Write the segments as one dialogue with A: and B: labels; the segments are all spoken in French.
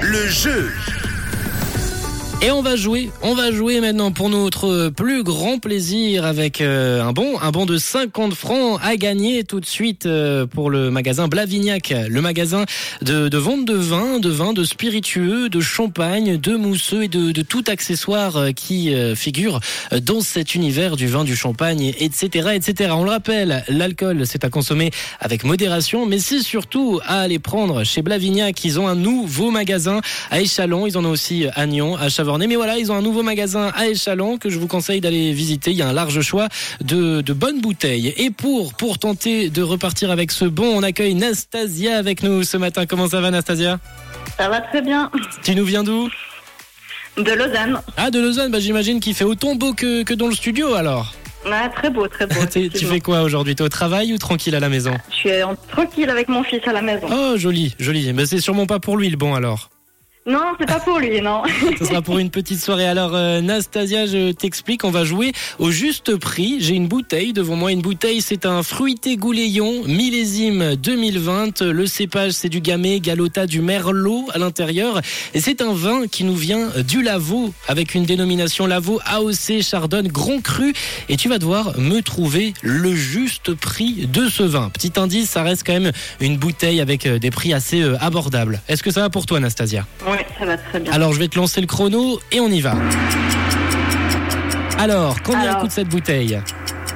A: Le jeu.
B: Et on va jouer, on va jouer maintenant pour notre plus grand plaisir avec euh, un bon, un bon de 50 francs à gagner tout de suite euh, pour le magasin Blavignac, le magasin de, de vente de vin, de vin, de spiritueux, de champagne, de mousseux et de, de tout accessoire euh, qui euh, figure dans cet univers du vin, du champagne, etc., etc. On le rappelle, l'alcool c'est à consommer avec modération, mais c'est surtout à aller prendre chez Blavignac. Ils ont un nouveau magasin à Échalon, ils en ont aussi à Nyon, à Chavornay. Mais voilà, ils ont un nouveau magasin à Échalon que je vous conseille d'aller visiter. Il y a un large choix de, de bonnes bouteilles. Et pour, pour tenter de repartir avec ce bon, on accueille Nastasia avec nous ce matin. Comment ça va, Nastasia
C: Ça va très bien.
B: Tu nous viens d'où
C: De Lausanne.
B: Ah, de Lausanne, bah, j'imagine qu'il fait autant beau que, que dans le studio alors.
C: Ouais, très beau, très beau.
B: T'es- tu
C: effectivement.
B: fais quoi aujourd'hui T'es au travail ou tranquille à la maison
C: Je suis euh, en tranquille avec mon fils à la maison.
B: Oh, joli, joli. Mais c'est sûrement pas pour lui le bon alors.
C: Non, c'est pas pour lui, non.
B: Ce sera pour une petite soirée. Alors, euh, Nastasia, je t'explique, on va jouer au juste prix. J'ai une bouteille devant moi. Une bouteille, c'est un fruité gouléon, millésime 2020. Le cépage, c'est du gamay, galota, du merlot à l'intérieur. Et c'est un vin qui nous vient du Lavaux, avec une dénomination Lavaux AOC Chardonne Grand Cru. Et tu vas devoir me trouver le juste prix de ce vin. Petit indice, ça reste quand même une bouteille avec euh, des prix assez euh, abordables. Est-ce que ça va pour toi, Nastasia
C: Oui, ça va très bien.
B: alors je vais te lancer le chrono et on y va. Alors, combien
C: Alors.
B: coûte cette bouteille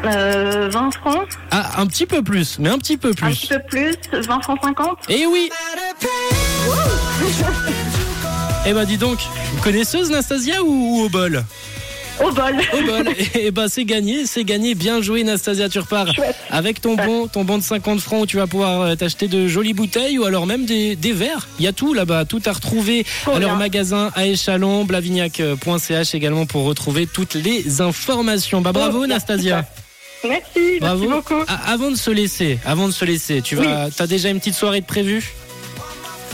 C: Euh, 20 francs,
B: Ah, un petit peu plus, mais un petit peu
C: un petit
B: plus.
C: peu plus, 20 francs 50.
B: Eh oui Eh ben dis donc, connaisseuse Nastasia ou, ou au bol
C: Au bol.
B: Au bol. Eh ben c'est gagné, c'est gagné. Bien joué Nastasia, tu repars
C: Chouette.
B: avec ton bon, ton bon de 50 francs où tu vas pouvoir euh, t'acheter de jolies bouteilles ou alors même des, des verres. Il y a tout là-bas, tout à retrouver
C: Trop
B: à leur
C: bien.
B: magasin à Échalon, blavignac.ch également pour retrouver toutes les informations. Bah bravo
C: Trop bien.
B: Nastasia.
C: Merci,
B: Bravo.
C: merci beaucoup.
B: Ah, avant de se laisser, avant de se laisser, tu vas, t'as déjà une petite soirée de prévue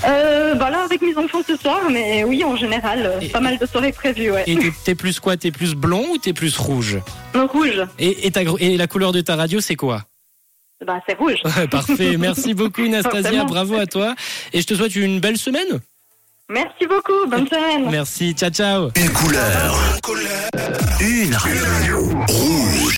C: Euh, bah là, avec mes enfants ce soir, mais oui, en général, euh,
B: Et-
C: pas mal de soirées prévues, ouais.
B: Et t'es- t'es plus quoi T'es plus blond ou t'es plus rouge
C: Donc, rouge,
B: et, et ta gro- et la couleur de ta radio, c'est quoi
C: bah c'est rouge.
B: Parfait. Merci beaucoup Nastasia.
C: Forcément.
B: Bravo à toi. Et je te souhaite une belle semaine.
C: Merci beaucoup, bonne semaine.
B: Merci. Ciao ciao.
A: Une couleur. Une radio. Rouge.